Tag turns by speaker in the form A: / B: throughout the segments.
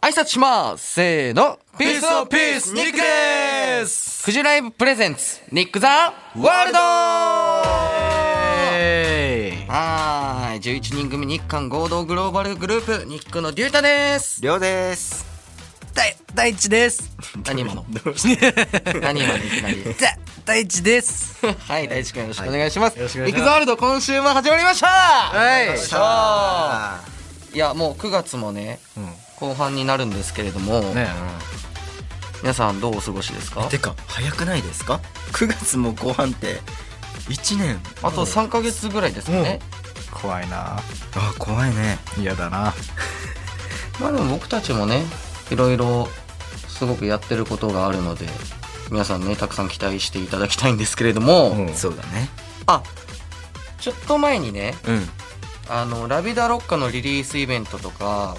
A: 挨拶しますせーのピースオブピースニックですフジライブプレゼンツニック・ザ・ワールドはーい11人組日韓合同グローバルグループニックのデュータです
B: りょうです
C: 大大地です。
A: 何 今の
C: だ
A: 何今のいきなり
C: 大地です。
A: はい大地君よろしくお願いします、
C: よろしくお願
A: ニ
C: い
A: ッ
C: し
A: ク・
C: ます
A: ザ・ワールド今週も始まりましたはいいしょいやもう9月もね後半になるんですけれども、
C: ね
A: 皆さんどうお過ごしですか
B: てか早くないですか9月も後半って1年
A: あと3ヶ月ぐらいですかね、
C: 怖いな。
B: あ怖いね
C: 嫌だな。
A: まあでも僕たちもねいろいろすごくやってることがあるので皆さんねたくさん期待していただきたいんですけれども、
C: うん
B: そうだね
A: あちょっと前にね
B: うん
A: あのラビダロッカのリリースイベントとか
B: は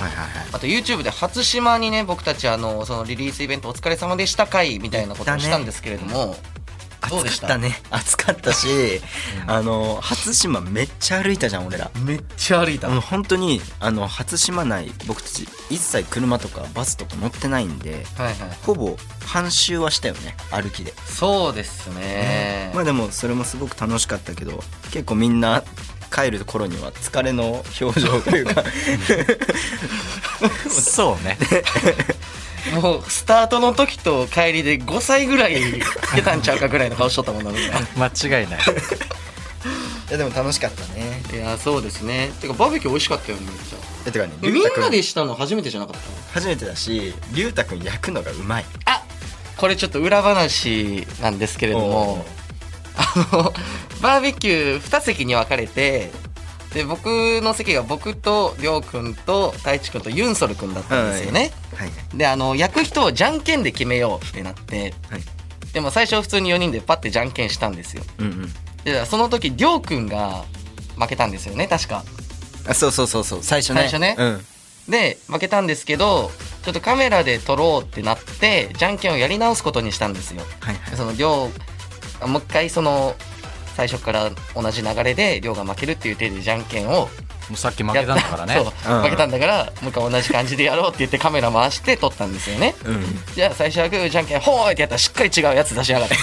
B: いはいはい
A: あと YouTube で初島にね僕たちあのそのリリースイベントお疲れ様でした会みたいなことをしたんですけれども、どうで
B: 暑
A: し
B: か
A: た
B: ったね暑かったし、あの初島めっちゃ歩いたじゃん俺ら
A: めっちゃ歩いた
B: あの本当にあの初島内僕たち一切車とかバスとか乗ってないんで
A: はいはい
B: ほぼ半周はしたよね歩きで、
A: そうですね、
B: まあでもそれもすごく楽しかったけど結構みんな帰る頃には疲れの表情というか
C: そ うね。
A: もうスタートの時と帰りで5歳ぐらいつけたんちゃうかぐらいの顔しとったもんなみんな
C: 間違いない。
B: いやでも楽しかったね
A: いやそうですねてかバーベキュー美味しかったよねめっちゃ
B: えてかね
A: え
B: り
A: み
B: ゅ
A: ん
B: うたく
A: なでしたの初めてじゃなかっ
B: 初めてだしりゅうたくん焼くのがうまい
A: たあこれちょっと裏話なんですけれどもあのバーベキュー2席に分かれてで僕の席が僕とりょうくんと太一くんとユンソルくんだったんですよね、
B: はい
A: であの焼く人をじゃんけんで決めようってなって
B: はい
A: でも最初普通に4人でパッてじゃんけんしたんですよ
B: うんうん
A: でその時りょうくんが負けたんですよね確か
B: あそうそうそうそう最初
A: 最
B: ね
A: 初ね
B: うん
A: で負けたんですけどちょっとカメラで撮ろうってなってじゃんけんをやり直すことにしたんですよ
B: はいはい
A: そのりょうもう一回その最初から同じ流れでりょうが負けるっていう手でじゃんけんを
C: もうさっき負
A: や
C: け
A: った
C: んだからね。
A: そう、
B: うん
A: 負けたんだからもう一回同じ感じでやろうって言ってカメラ回して撮ったんですよね
B: うん
A: じゃあ最初はグーじゃんけんほーいってやったらしっかり違うやつ出しやがって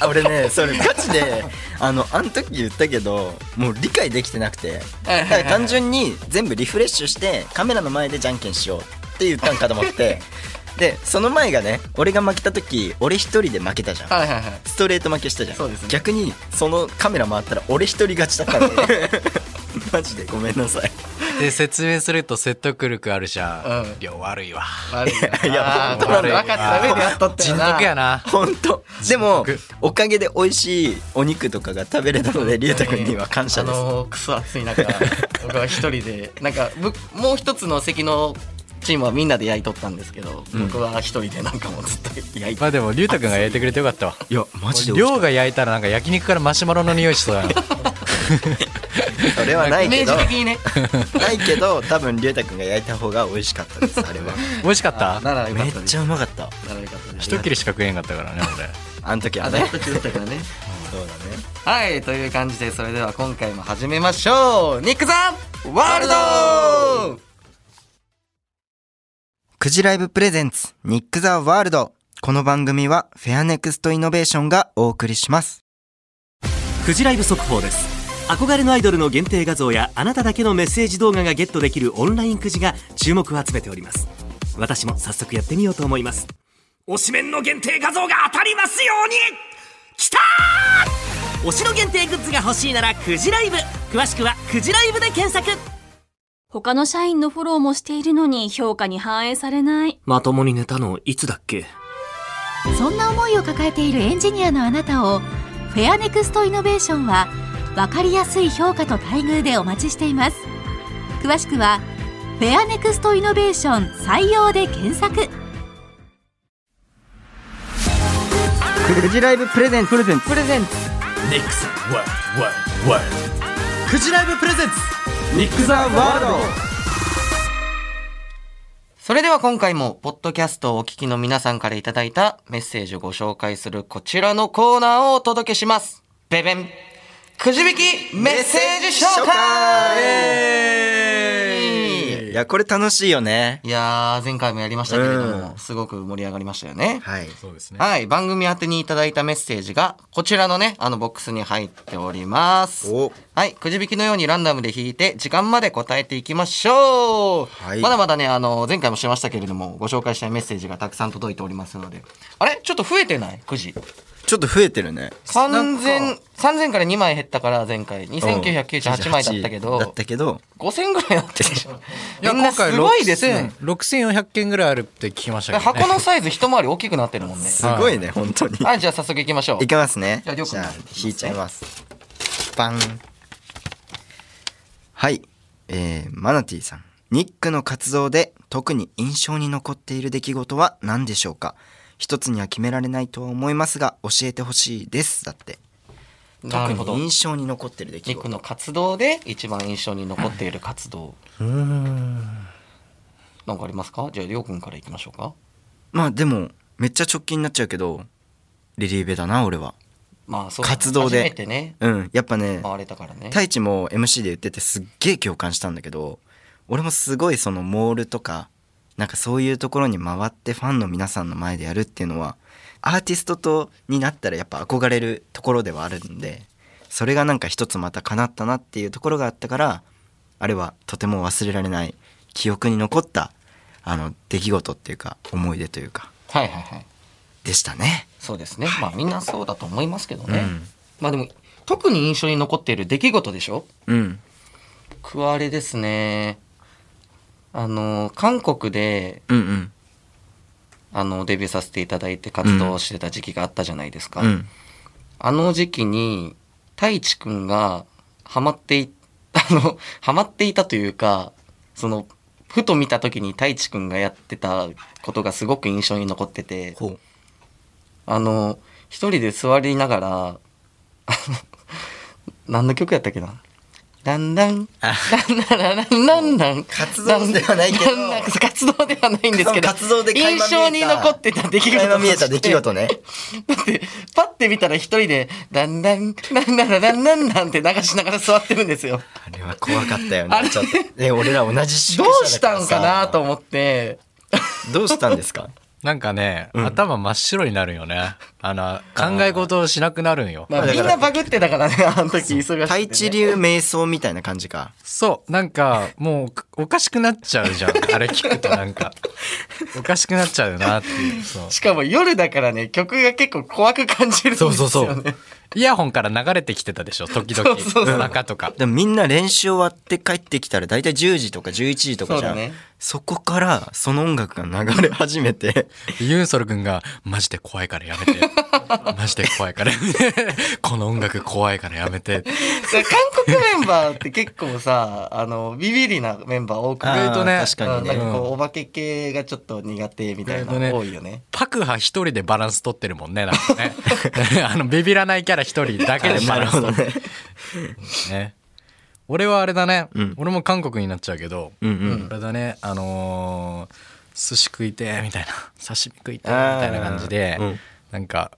B: あ俺ね それガチであのあの時言ったけどもう理解できてなくて
A: はい
B: だ
A: はいは
B: か
A: い
B: ら単純に全部リフレッシュしてカメラの前でじゃんけんしようって言ったんかと思って でその前がね俺が負けた時俺一人で負けたじゃん
A: はいはいはい
B: ストレート負けしたじゃん
A: そうですね
B: 逆にそのカメラ回ったら俺一人勝ちだったん でマジでごめんなさい
C: で説明すると説得力あるじゃ
A: うん
C: ん。量悪いわ。
A: 悪いない
B: や
A: あー
B: 本当なんだ
A: 分かった上でやっとった
C: 人
A: よな
C: 徳やな。
B: 本当でも
C: 地獄
B: おかげで美味しいお肉とかが食べれたのでりゅうたくんには感謝です
A: あのークソ暑い 中僕は一人でなんかむもう一つの席のチームはみんなで焼いとったんですけど、僕は一人でなんかもうずっと焼いて
C: まあでも龍太くんが焼いてくれてよかったわ。
B: いやマジで美味し
C: 量が焼いたらなんか焼肉からマシュマロの匂いしそ うやな。
B: いそれはない
A: イメ
B: け
A: ー
B: ど
A: ジ的にね
B: ないけど多分りゅうたくんが焼いた方が美味しかったですあれは
C: 美味しかっ
A: あ
C: た。
A: ならよか
B: め
A: っ
B: った
A: で
B: ち
A: す
B: ゃうまかった
A: ならよかったです
C: 一切れしか食えんかったからね俺。
B: あの時は
A: あだ
B: ね
A: 一口だったからね
B: そうだね
A: はいという感じでそれでは今回も始めましょうニックザワールド
B: クジライブプレゼンツニック・ザ・ワールドこの番組はフェアネクストイノベーションがお送りします
D: フジライブ速報です憧れのアイドルの限定画像やあなただけのメッセージ動画がゲットできるオンラインくじが注目を集めております私も早速やってみようと思います推しメンの限定画像が当たりますようにきたー推しの限定グッズが欲しいならくじライブ詳しくはくじライブで検索
E: 他の社員のフォローもしているのに評価に反映されない。
D: まともに寝たのいつだっけ
F: そんな思いを抱えているエンジニアのあなたをフェアネクストイノベーションは分かりやすい評価と待遇でお待ちしています詳しくはフェアネクストイノベーション採用で検索
B: クジライブプレゼンツプレゼンツプレゼンツ
D: ニックスワールドワールドワールドくじライブプレゼンツニックザワールド
A: それでは今回もポッドキャストをお聞きの皆さんからいただいたメッセージをご紹介するこちらのコーナーをお届けしますベベンくじ引きメッセージ紹介
B: いやこれ楽しいよね
A: いやー前回もやりましたけれども、
B: うん
A: すごく盛り上がりましたよね。
B: はい
C: そうですね。
A: はい、番組宛てにいただいたメッセージがこちらのねあのボックスに入っております
B: お
A: はいくじ引きのようにランダムで引いて時間まで答えていきましょう、
B: はい
A: まだまだねあの前回もしましたけれどもご紹介したいメッセージがたくさん届いておりますのであれちょっと増えてないくじ
B: ちょっと増えてるね
A: 3000 3000から2枚減ったから前回
B: 1998
A: 2998枚だったけ
B: だっ
A: ど
B: たけど
A: 5000ぐらいになってるでしょ
C: いや
A: みんな
C: 今
A: す
C: 回
A: ごいですね
C: 6400件ぐらいあるって聞きましたけど、ね、
A: 箱のサイズ一回り大きくなってるもんね
B: すごいね本当に
A: はいじゃあ早速いきましょう
B: いきますね
A: じゃありょうくん
B: じゃあ引いちゃいますバンはいえー、マナティさんニックの活動で特に印象に残っている出来事は何でしょうか一つには決められないとは思いますが教えてほしいですだって
A: な
B: 特
A: るほど
B: に印象に残ってる出来
A: ニック
B: 事
A: の活動で一番印象に残っている活動なんかありますかじゃありょうくんからいきましょうか
B: まあでもめっちゃ直近になっちゃうけどリリーベだな俺は
A: まあそう
B: 活動で
A: 初めてね
B: うんやっぱね
A: 回れたからね
B: 太一も MC で言っててすっげえ共感したんだけど俺もすごいそのモールとかなんかそういうところに回ってファンの皆さんの前でやるっていうのはアーティストとになったらやっぱ憧れるところではあるんでそれがなんか一つまた叶ったなっていうところがあったからあれはとても忘れられない記憶に残ったあの出来事っていうか思い出というか
A: はいはいはい
B: でしたね。
A: そうですねまあみんなそうだと思いますけど
B: う
A: ね
B: ん
A: まあでも特に印象に残っている出来事でしょ
B: うん、
A: 僕はあれですねあの韓国で
B: うんうん
A: あのデビューさせていただいて活動してた時期があったじゃないですか、
B: うん
A: あの時期に、太一くんが、ハマってい、 あの、ハマっていたというか、その、ふと見た時に太一くんがやってたことがすごく印象に残ってて、
B: ほう
A: あの、一人で座りながら、あの何の曲やったっけなだんだん、だんだんだんだんだんだん。
B: 活動ではないけど
A: だんだん活動ではないんですけど、
B: 活動で垣
A: 印
B: 間見えた
A: 象に残ってた出来事として
B: 垣間見えた出来事ね。
A: だって、パッて見たら一人で、だんだん、だんだんだんだんだんだんって流しながら座ってるんですよ。
B: あれは怖かったよ
A: あれ
B: ね。ちょっと。ね、俺ら同じ
A: ど
B: 宿舎
A: うし
B: だか
A: た
B: ら
A: ん
B: さ
A: かなと。思って、
B: どうしたんですか。
C: なんかね、頭真っ白になるよねあの考え事をしなくなるんよ
A: まあ、
B: だ
A: み
B: から
A: んなバグってたからね、あの時忙しくて、ね。
B: 太一流瞑想みたいな感じか。
C: そうなんかもうおかしくなっちゃうじゃんあれ聞くとなんかおかしくなっちゃうよなっていうそう
A: しかも夜だからね、曲が結構怖く感じるんですよ、ね。
C: そうそうそうイヤホンから流れてきてたでしょ時々
A: そうそうそう
C: 夜中とか
B: でもみんな練習終わって帰ってきたら大体10時とか11時とかじ
A: そ
B: ゃん。そ,、
A: うだね
B: こからその音楽が流れ始めて、
C: ユンソル君が「マジで怖いからやめて」「マジで怖いからや めて」「この音楽怖いからやめて」
A: だから韓国メンバーって結構さ、あの、ビビリなメンバー多くて、
B: あー
C: 意外とね
B: 確
A: う
B: か
A: ん
B: に
A: なん
B: ね。
A: かこう、お化け系がちょっと苦手みたいな、
C: 意外とね
A: 多いよね。
C: パクハ一人でバランス取ってるもんねなんかねあのビビらないキャラ一人だけでバ
B: な
C: ラ
B: る
C: ン
B: ほ
C: ス取
B: ど
C: ってる
B: ね。
C: ね俺はあれだね、
B: ん
C: 俺も韓国になっちゃうけど、
B: うんうん。
C: あれだねあのー寿司食いてえみたいな 刺身食いてえみ
B: あー
C: たいな感じで、
B: うん
C: なんか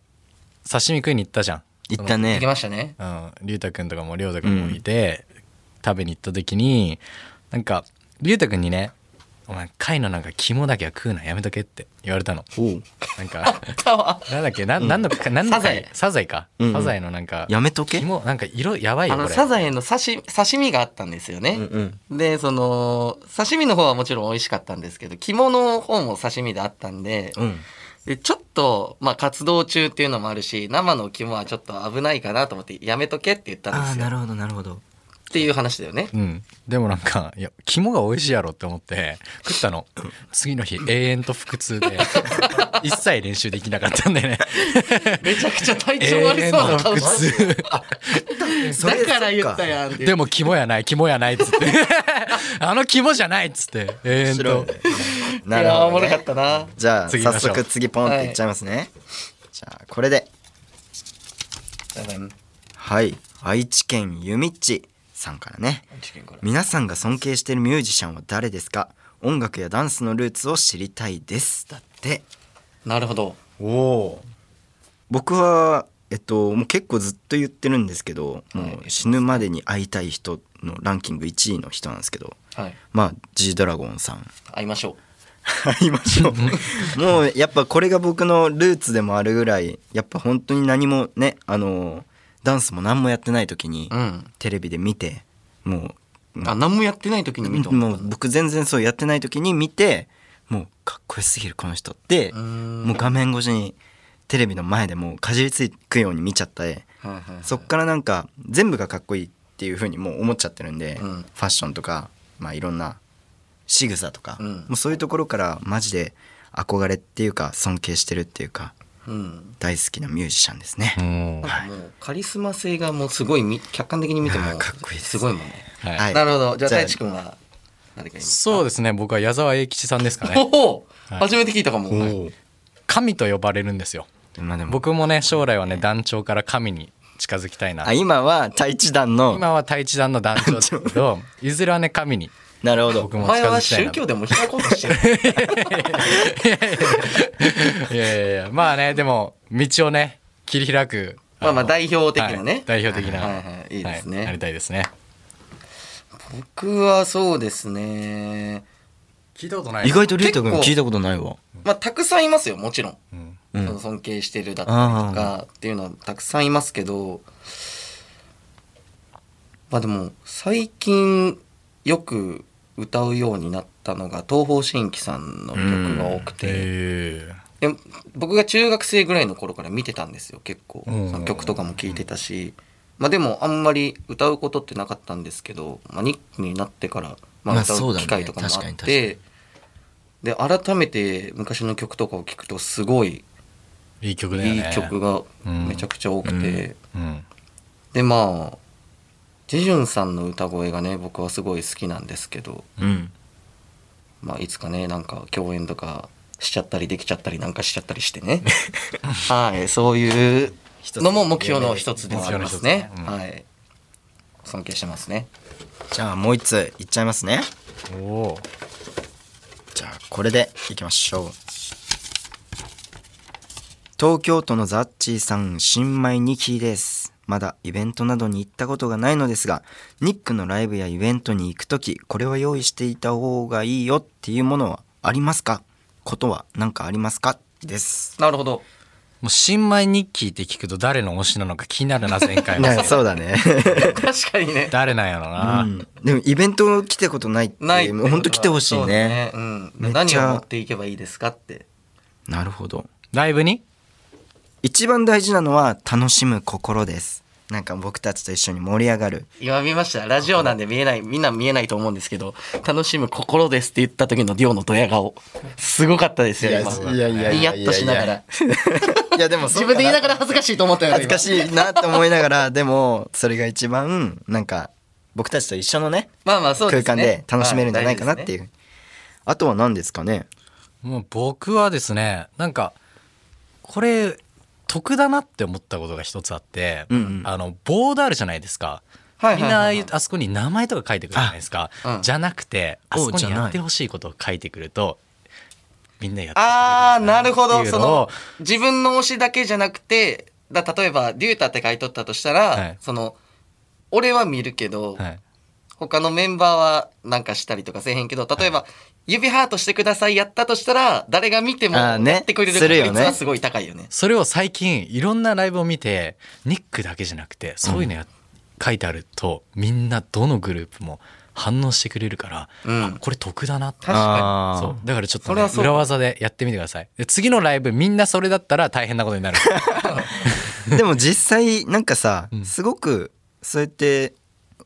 C: 刺身食いに行ったじゃん
B: 行った
A: 行き
B: ね。
A: ましたね。
C: うん、龍太くんとかもりょうたくんもいて、食べに行った時になんかりゅうたくんにね「お前貝のなんか肝だけは食うなやめとけ」って言われたの
B: おう
C: なん か
A: たわ
C: なんだっけななんのかなんの
A: サザエ
C: 貝サザエか、
B: うんうん
C: サザエのなんか
B: やめとけ。
C: 肝なんか色やばいよ
A: あ
C: こ
A: の、
C: れ
A: サザエの刺し刺身があったんですよね。
B: うんうん。
A: でその刺身の方はもちろん美味しかったんですけど肝の方も刺身であったんで
B: うん。
A: でちょっと、まあ、活動中っていうのもあるし生の肝はちょっと危ないかなと思ってやめとけって言ったんで
B: ああ、
A: す
B: な
A: よ
B: るほど、なるほど。
A: っていう話だよ ね
C: うん、でもなんかいや肝が美味しいやろって思って食っ たの次の日永遠と腹痛で 一切練習できなかったんだよね
A: めちゃくちゃ体調
C: 永
A: 悪そう
C: 遠の
A: な顔
C: 腹
A: して
C: 痛
B: そ れ
A: だから言ったやんって
C: でも肝やない肝やないっつって あの肝じゃないっつってえー、と
B: ないる
A: やーお
B: ほ
A: も
B: ど、
A: ろ
B: ね
A: かっ。たな
B: じゃあ
C: 次
B: 早
C: 行きましょう
B: 速次ポンっていっちゃいますね、じゃあこれではい愛知県ゆみっちさんからね皆さんが尊敬しているミュージシャンは誰ですか音楽やダンスのルーツを知りたいですだって
A: なるほど
B: おお僕はえっともう結構ずっと言ってるんですけどもう死ぬまでに会いたい人のランキング1位の人なんですけど
A: はい。
B: まあ G ドラゴンさん
A: 会いましょ
B: 会いましょ うもうやっぱこれが僕のルーツでもあるぐらいやっぱ本当に何もねあのダンスも何もやってない時に、
A: う。うん。
B: テレビで見てもう
A: あ、何もやってない時に見た。
B: もう僕全然そうやってない時に見てもうかっこよすぎるこの人って
A: うーん
B: もう画面越しにテレビの前でもうかじりつくように見ちゃって
A: はいはいはい。
B: そっからなんか全部がかっこいいっていう風にもう思っちゃってるんで、
A: うん
B: ファッションとか、まあ、いろんな仕草とか、
A: うん
B: もうそういうところからマジで憧れっていうか尊敬してるっていうか
A: うん。
B: 大好きなミュージシャンですね。
C: うん
A: なんかもうカリスマ性がもうすごいみ客観的に見て
B: いや
A: も
B: ーかっこいいです
A: すごいもんね。
C: はい
B: はい
A: なるほど。じゃあ
B: じゃあ
A: 太一くんは誰かいます
C: そうですね僕は矢沢永吉さんですか
A: お
C: ね
A: お、
C: はい
A: 初めて聞いたかも。はい
C: 神と呼ばれるんですよ
B: まあでも
C: 僕もね将来はね団長から神に近づきたいな
B: あ今は太一団の
C: 今は太一団の団長ですけどいずれはね神に
B: なるほど
C: 僕
A: お
C: も
A: 前
C: 近
A: は
C: づきたい
A: 宗
C: な
A: 教でも開こうとして る。
C: いやいやいやまあねでも道をね切り開く
A: まあまあ
C: の
A: 代表的なね
C: はい代表的な
A: はいはいいいですね
C: はなりたいですね
A: 僕はそうですね。
C: 聞いたことな
B: 意外とリュウタ君
A: 結構
B: 聞いたことないわ。
A: まあたくさんいますよもちろん。
C: うん
B: うん
A: その尊敬してるだったりとかっていうのはたくさんいますけどまあでも最近よく歌うようになったのが東方神起さんの曲が多くて、
C: え
A: で僕が中学生ぐらいの頃から見てたんですよ結構そ
C: うん
A: の曲とかも聴いてたし、まあ、でもあんまり歌うことってなかったんですけど、まあ、ニックになってから、ま
B: ま
A: あ、
B: あ
A: 歌
B: そう
A: う
B: だね
A: 機会とかもあって、
B: 確かに
A: で改めて昔の曲とかを聴くとすごい
C: ーいい曲だよ
A: いい
C: ね
A: 曲がめちゃくちゃ多くて、
C: うん
A: でまあジェジュンさんの歌声がね僕はすごい好きなんですけど、
B: うん。
A: まあ、いつかねなんか共演とかしちゃったりできちゃったりなんかしちゃったりして ねはいそういうのも目標の一つでもありますね
C: 目標の一つねうん
A: はい尊敬してますね
B: じゃあもう一ついっちゃいますね。
C: おー
B: じゃあこれでいきましょう。東京都のザッチーさん新米ニキーです。まだイベントなどに行ったことがないのですが、ニックのライブやイベントに行くとき、これは用意していた方がいいよっていうものはありますかことは何かありますかです。
A: なるほど
C: もう新米日記って聞くと誰の推しなのか気になるな前 回は
B: そうだね。
A: 確かにね
C: 誰なんやろな、
B: うんでもイベント来たことないって、
A: ない
B: もう本当来てほしい
A: そうだ
B: ね。
A: うん、
B: めっちゃ
A: 何を持っていけばいいですかって
B: なるほど。
C: ライブに
B: 一番大事なのは楽しむ心ですなんか僕たちと一緒に盛り上がる
A: 今見ましたラジオなんで見えないみんな見えないと思うんですけど楽しむ心ですって言った時のディオのドヤ顔すごかったですよ今
B: や
A: ニヤッとしなが ら
B: いやでも
A: 自分で言いながら恥ずかしいと思ったよ
B: 恥ずか
A: い
B: しいなと思いながらでもそれが一番なんか僕たちと一緒のね
A: まあまあそうで
B: 空
A: すね
B: 間で楽しめるんじゃないかなっていうう、あとは何ですかね
C: もう僕はですねなんかこれ得だなって思ったことが一つあって、
B: うんうん
C: あのボードあるじゃないですか、
A: はいはいはいはい
C: みんなあそこに名前とか書いてくるじゃないですか、
A: あうん
C: じゃなくてあそこ
B: おじゃ
C: に
B: ない
C: やってほしいことを書いてくるとみんなやってくれる
A: あーなるほ
C: っ
A: ど
C: ていう
A: そ
C: のを
A: の自分の推しだけじゃなくてだ例えばデュータって書いとったとしたら、
C: はい
A: その俺は見るけど、
C: はい
A: 他のメンバーはなんかしたりとかせえへんけど例えば、指ハートしてくださいやったとしたら誰が見ても
B: あーね
A: やってくれる
B: するよね
A: 確率はすごい高いよね。
C: それを最近いろんなライブを見てニックだけじゃなくてそういうのや、書いてあるとみんなどのグループも反応してくれるから、
A: うん
C: あこれ得だなって
A: 確か
B: あー
C: そうだからちょっと
A: そ
C: ね、
A: れはそう
C: 裏技でやってみてくださいで次のライブみんなそれだったら大変なことになる
B: でも実際なんかさ、
C: うん
B: すごくそうやって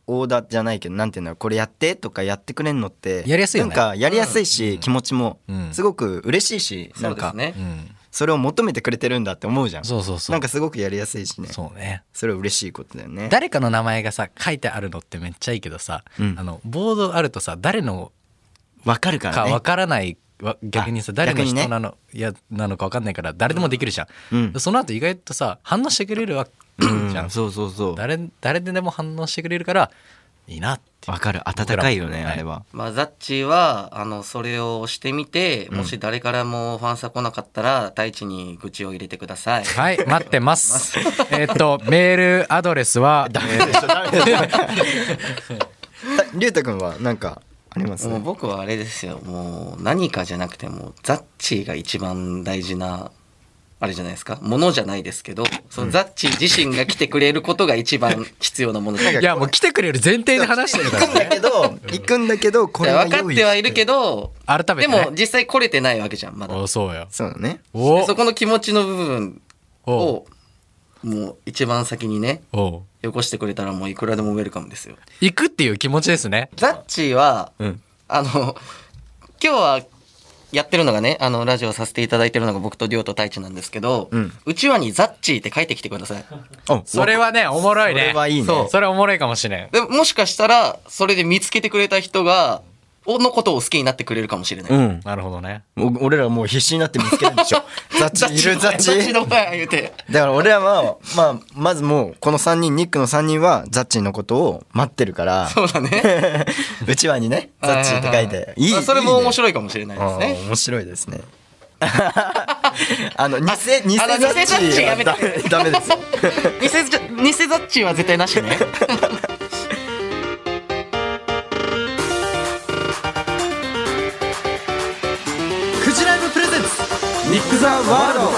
B: オーダーじゃないけどなんていうんだろうこれやってとかやってくれんのって
C: やりやすいよね
B: なんかやりやすいし、気持ちも
C: うん
B: すごく嬉しいし、
A: にそ
B: なん
A: うです
B: か
A: ね
C: う。ん
B: それを求めてくれてるんだって思うじゃん
C: そうそうそう
B: なんかすごくやりやすいしねそ
C: そうね
B: れは嬉しいことだよね
C: 誰かの名前がさ書いてあるのってめっちゃいいけどさ、
B: うん
C: あのボードあるとさ誰の
B: わかるか
C: から
B: ね
C: わからないわ逆にさ誰の
B: 逆にね
C: 人なの、いやなのかわかんないから誰でもできるじゃん、
B: うん
C: その後意外とさ反応してくれるわけじゃん、
B: そうそうそう
C: 誰誰でも反応してくれるからいいなって
B: わかる温かいよね
C: 僕らも
B: あれは
A: まあ、ザッチーはあのそれをしてみてもし誰からもファンさ来なかったら大地に愚痴を入れてください。
C: はい待ってます えっとメールアドレスは
B: ダメでしょダメでしょりゅ うたくんはなんかあります
A: もう僕はあれですよもう何かじゃなくてもザッチーが一番大事なあれじゃないですかものじゃないですけどそのザッチー自身が来てくれることが一番必要なものじゃない
C: いやもう来てくれる前提で話してるから
B: だけど行くんだけどこれは
A: 分か
B: 用
A: っ
B: 意
A: てはいるけど
C: 改め
A: で
C: てね
A: も実際来れてないわけじゃんまだ
C: おそうや
B: そうだね
C: お
A: そこの気持ちの部分
C: お
A: をもう一番先にね
C: お
A: よこしてくれたらもういくらでもウェルカムですよ
C: 行くっていう気持ちですね
A: ザッチーは、
B: ん
A: あの今日はやってるのがねあのラジオさせていただいてるのが僕と亮と太一なんですけど、うんちわに「ザッチー」って書いてきてください
B: あ
C: それはねおもろいね
B: それはいいね
C: そうそれおもろいかもしれん
A: でもしかしたらそれで見つけてくれた人がおのことを好きになってくれるかもしれない、
B: うん
C: なるほどね
B: お俺らもう必死になって見つけるんで しょザッチいるザッ
A: ザッチ
B: チ
A: ーの前言うて
B: だから俺らは、まあ、まずもうこの3人ニックの3人はザッチのことを待ってるから
A: そうだね
B: うちわにね ザッチって書いていい
A: あそれも面
B: い
A: 白いかもしれないです
B: ね
A: ね
B: あー面白いですね あの偽偽ザ
A: あの
B: ッチ
A: 偽ザッチやめて
B: はダメダメですよ
A: 偽ザ偽ザッチーは絶対なしね
B: クジライブプレゼンツニック・ザ・ワールド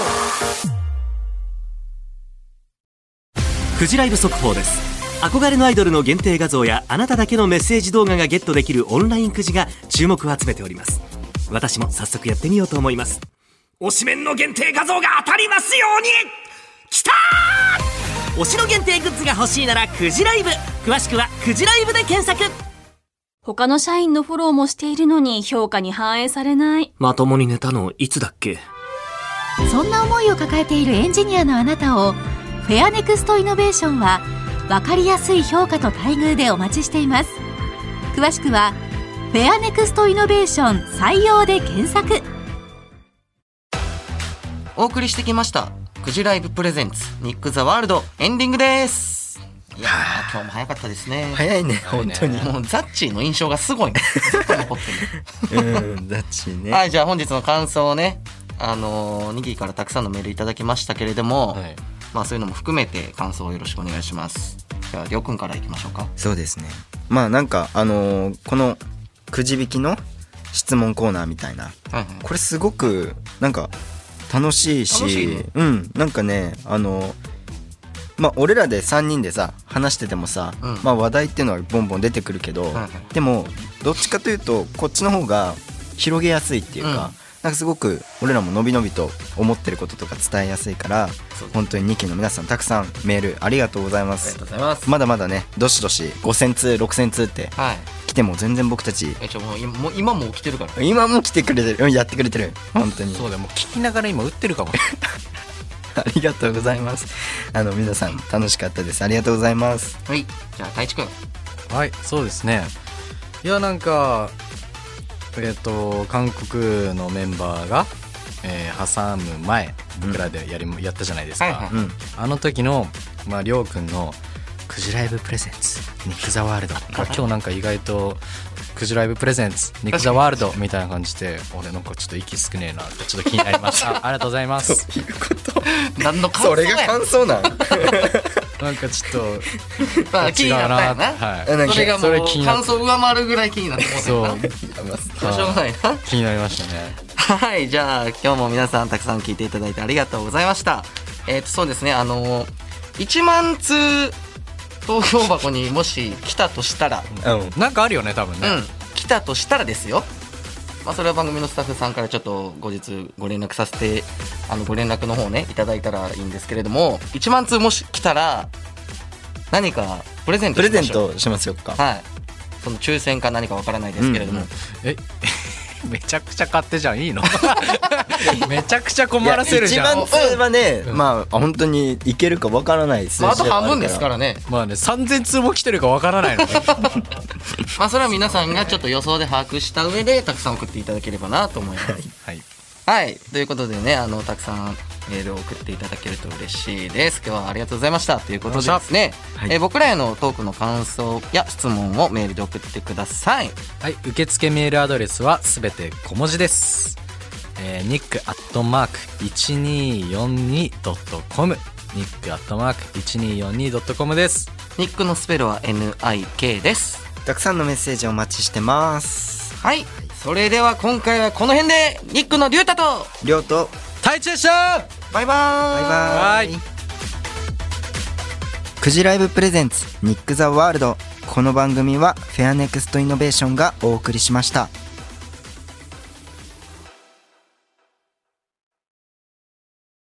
D: フジライブ速報です憧れのアイドルの限定画像やあなただけのメッセージ動画がゲットできるオンラインくじが注目を集めております私も早速やってみようと思います推しメンの限定画像が当たりますようにきたー推しの限定グッズが欲しいならくじライブ詳しくはくじライブで検索
E: 他の社員のフォローもしているのに評価に反映されない。
D: まともに寝たのいつだっけ
F: そんな思いを抱えているエンジニアのあなたをフェアネクストイノベーションは分かりやすい評価と待遇でお待ちしています詳しくはフェアネクストイノベーション採用で検索
A: お送りしてきました「クジライブプレゼンツニック・ザ・ワールド」エンディングですいやー今日も早かったですね
B: 早いね本当に
A: もうザッチーの印象がすごいねずっと残って
B: うんザッチ
A: る
B: ね
A: はいじゃあ本日の感想をねあのーニギーからたくさんのメールいただきましたけれども、
C: はい
A: まあそういうのも含めて感想をよろしくお願いしますじゃありょうくんからいきましょうか
B: そうですねまあなんかあのーこのくじ引きの質問コーナーみたいな
A: はい
B: これすごくなんか楽しいし
A: 楽しいね
B: うんなんかねあのまあ俺らで3人でさ話しててもさ、
A: うん
B: まあ話題っていうのはボンボン出てくるけど、
A: いは
B: でもどっちかというとこっちの方が広げやすいっていうか、
A: うん
B: なんかすごく俺らも伸び伸びと思ってることとか伝えやすいから
A: そうです
B: 本当に2期の皆さんたくさんメールありがとうございま
A: あり
B: す
A: がとうございます
B: まだまだねどしどし5,000通6,000通って
A: はい
B: 来ても全然僕たち
A: えちょもう今もう今もう起きてるから
B: 今も来てくれてるうんやってくれてる本当に
C: そうだよもう聞きながら今打ってるか も
B: ありがとうございます。あの皆さん楽しかったです。ありがとうございます。
A: はいじゃあ太一くん
C: はいそうですねいやなんかえっ、と韓国のメンバーが、えー挟む前僕らでやりも、やったじゃないですか、
A: はいはい
B: うん。
C: あの時の、まあ、りょうくんの「クジライブプレゼンツニック・ザ・ワールド」今日なんか意外と「クジライブプレゼンツニック・ザ・ワールド」みたいな感じで俺なんかちょっと息少ねえなってちょっと気になりましたありがとうございます
A: 何の感
B: そ
A: 想
B: れ
A: や
B: が感 想なん。
C: なんかちょっと
A: まあ気になったよな、
C: はい
B: なんか
A: それがも
C: それ気
A: う
C: になった
A: 感想上回るぐらい気になってます
C: そう
A: しょうがないな
C: 気になりましたね
A: はい、じゃあ今日も皆さんたくさん聞いていただいてありがとうございました。えっ、とそうですね、あの1万通投票箱にもし来たとしたら、
B: うん。
C: なんかあるよね多分
A: う
C: ね、
A: ん、来たとしたらですよ。まあそれは番組のスタッフさんからちょっと後日ご連絡させてあのご連絡の方ねいただいたらいいんですけれども、1万通もし来たら何かプレゼント
B: プレ
A: しま
B: ゼン
A: しょう。
B: トしますよっか。
A: はい。その抽選か何かわからないですけれども、
B: うん
C: え めちゃくちゃ勝手じゃんいいの めちゃくちゃ困らせるじゃ
B: い
C: ん
B: や一番通はね、まあ本当にいけるかわからない数字。
A: まあ、あと半分ですかららね。
C: まあね3000通も来てるかわからない のね
A: まあそれは皆さんがちょっと予想で把握した上でたくさん送っていただければなと思います。
C: はい
A: はい、ということでねあのたくさんメールを送っていただけると嬉しいです。今日はありがとうございましたということでですね、えー僕らへのトークの感想や質問をメールで送ってください。
C: はい、受付メールアドレスはすべて小文字です。えー、ニックアットマーク 1242.com ニックアットマーク 1242.com です。
A: ニックのスペルは NIK です。
B: たくさんのメッセージお待ちしてます
A: はいそれでは今回はこの辺でニックの龍太と
B: りょうと
C: 太一でした
A: バイバー
B: バ
A: イ
B: イバイクジライブプレゼンツニック・ザ・ワールドこの番組はフェアネクストイノベーションがお送りしました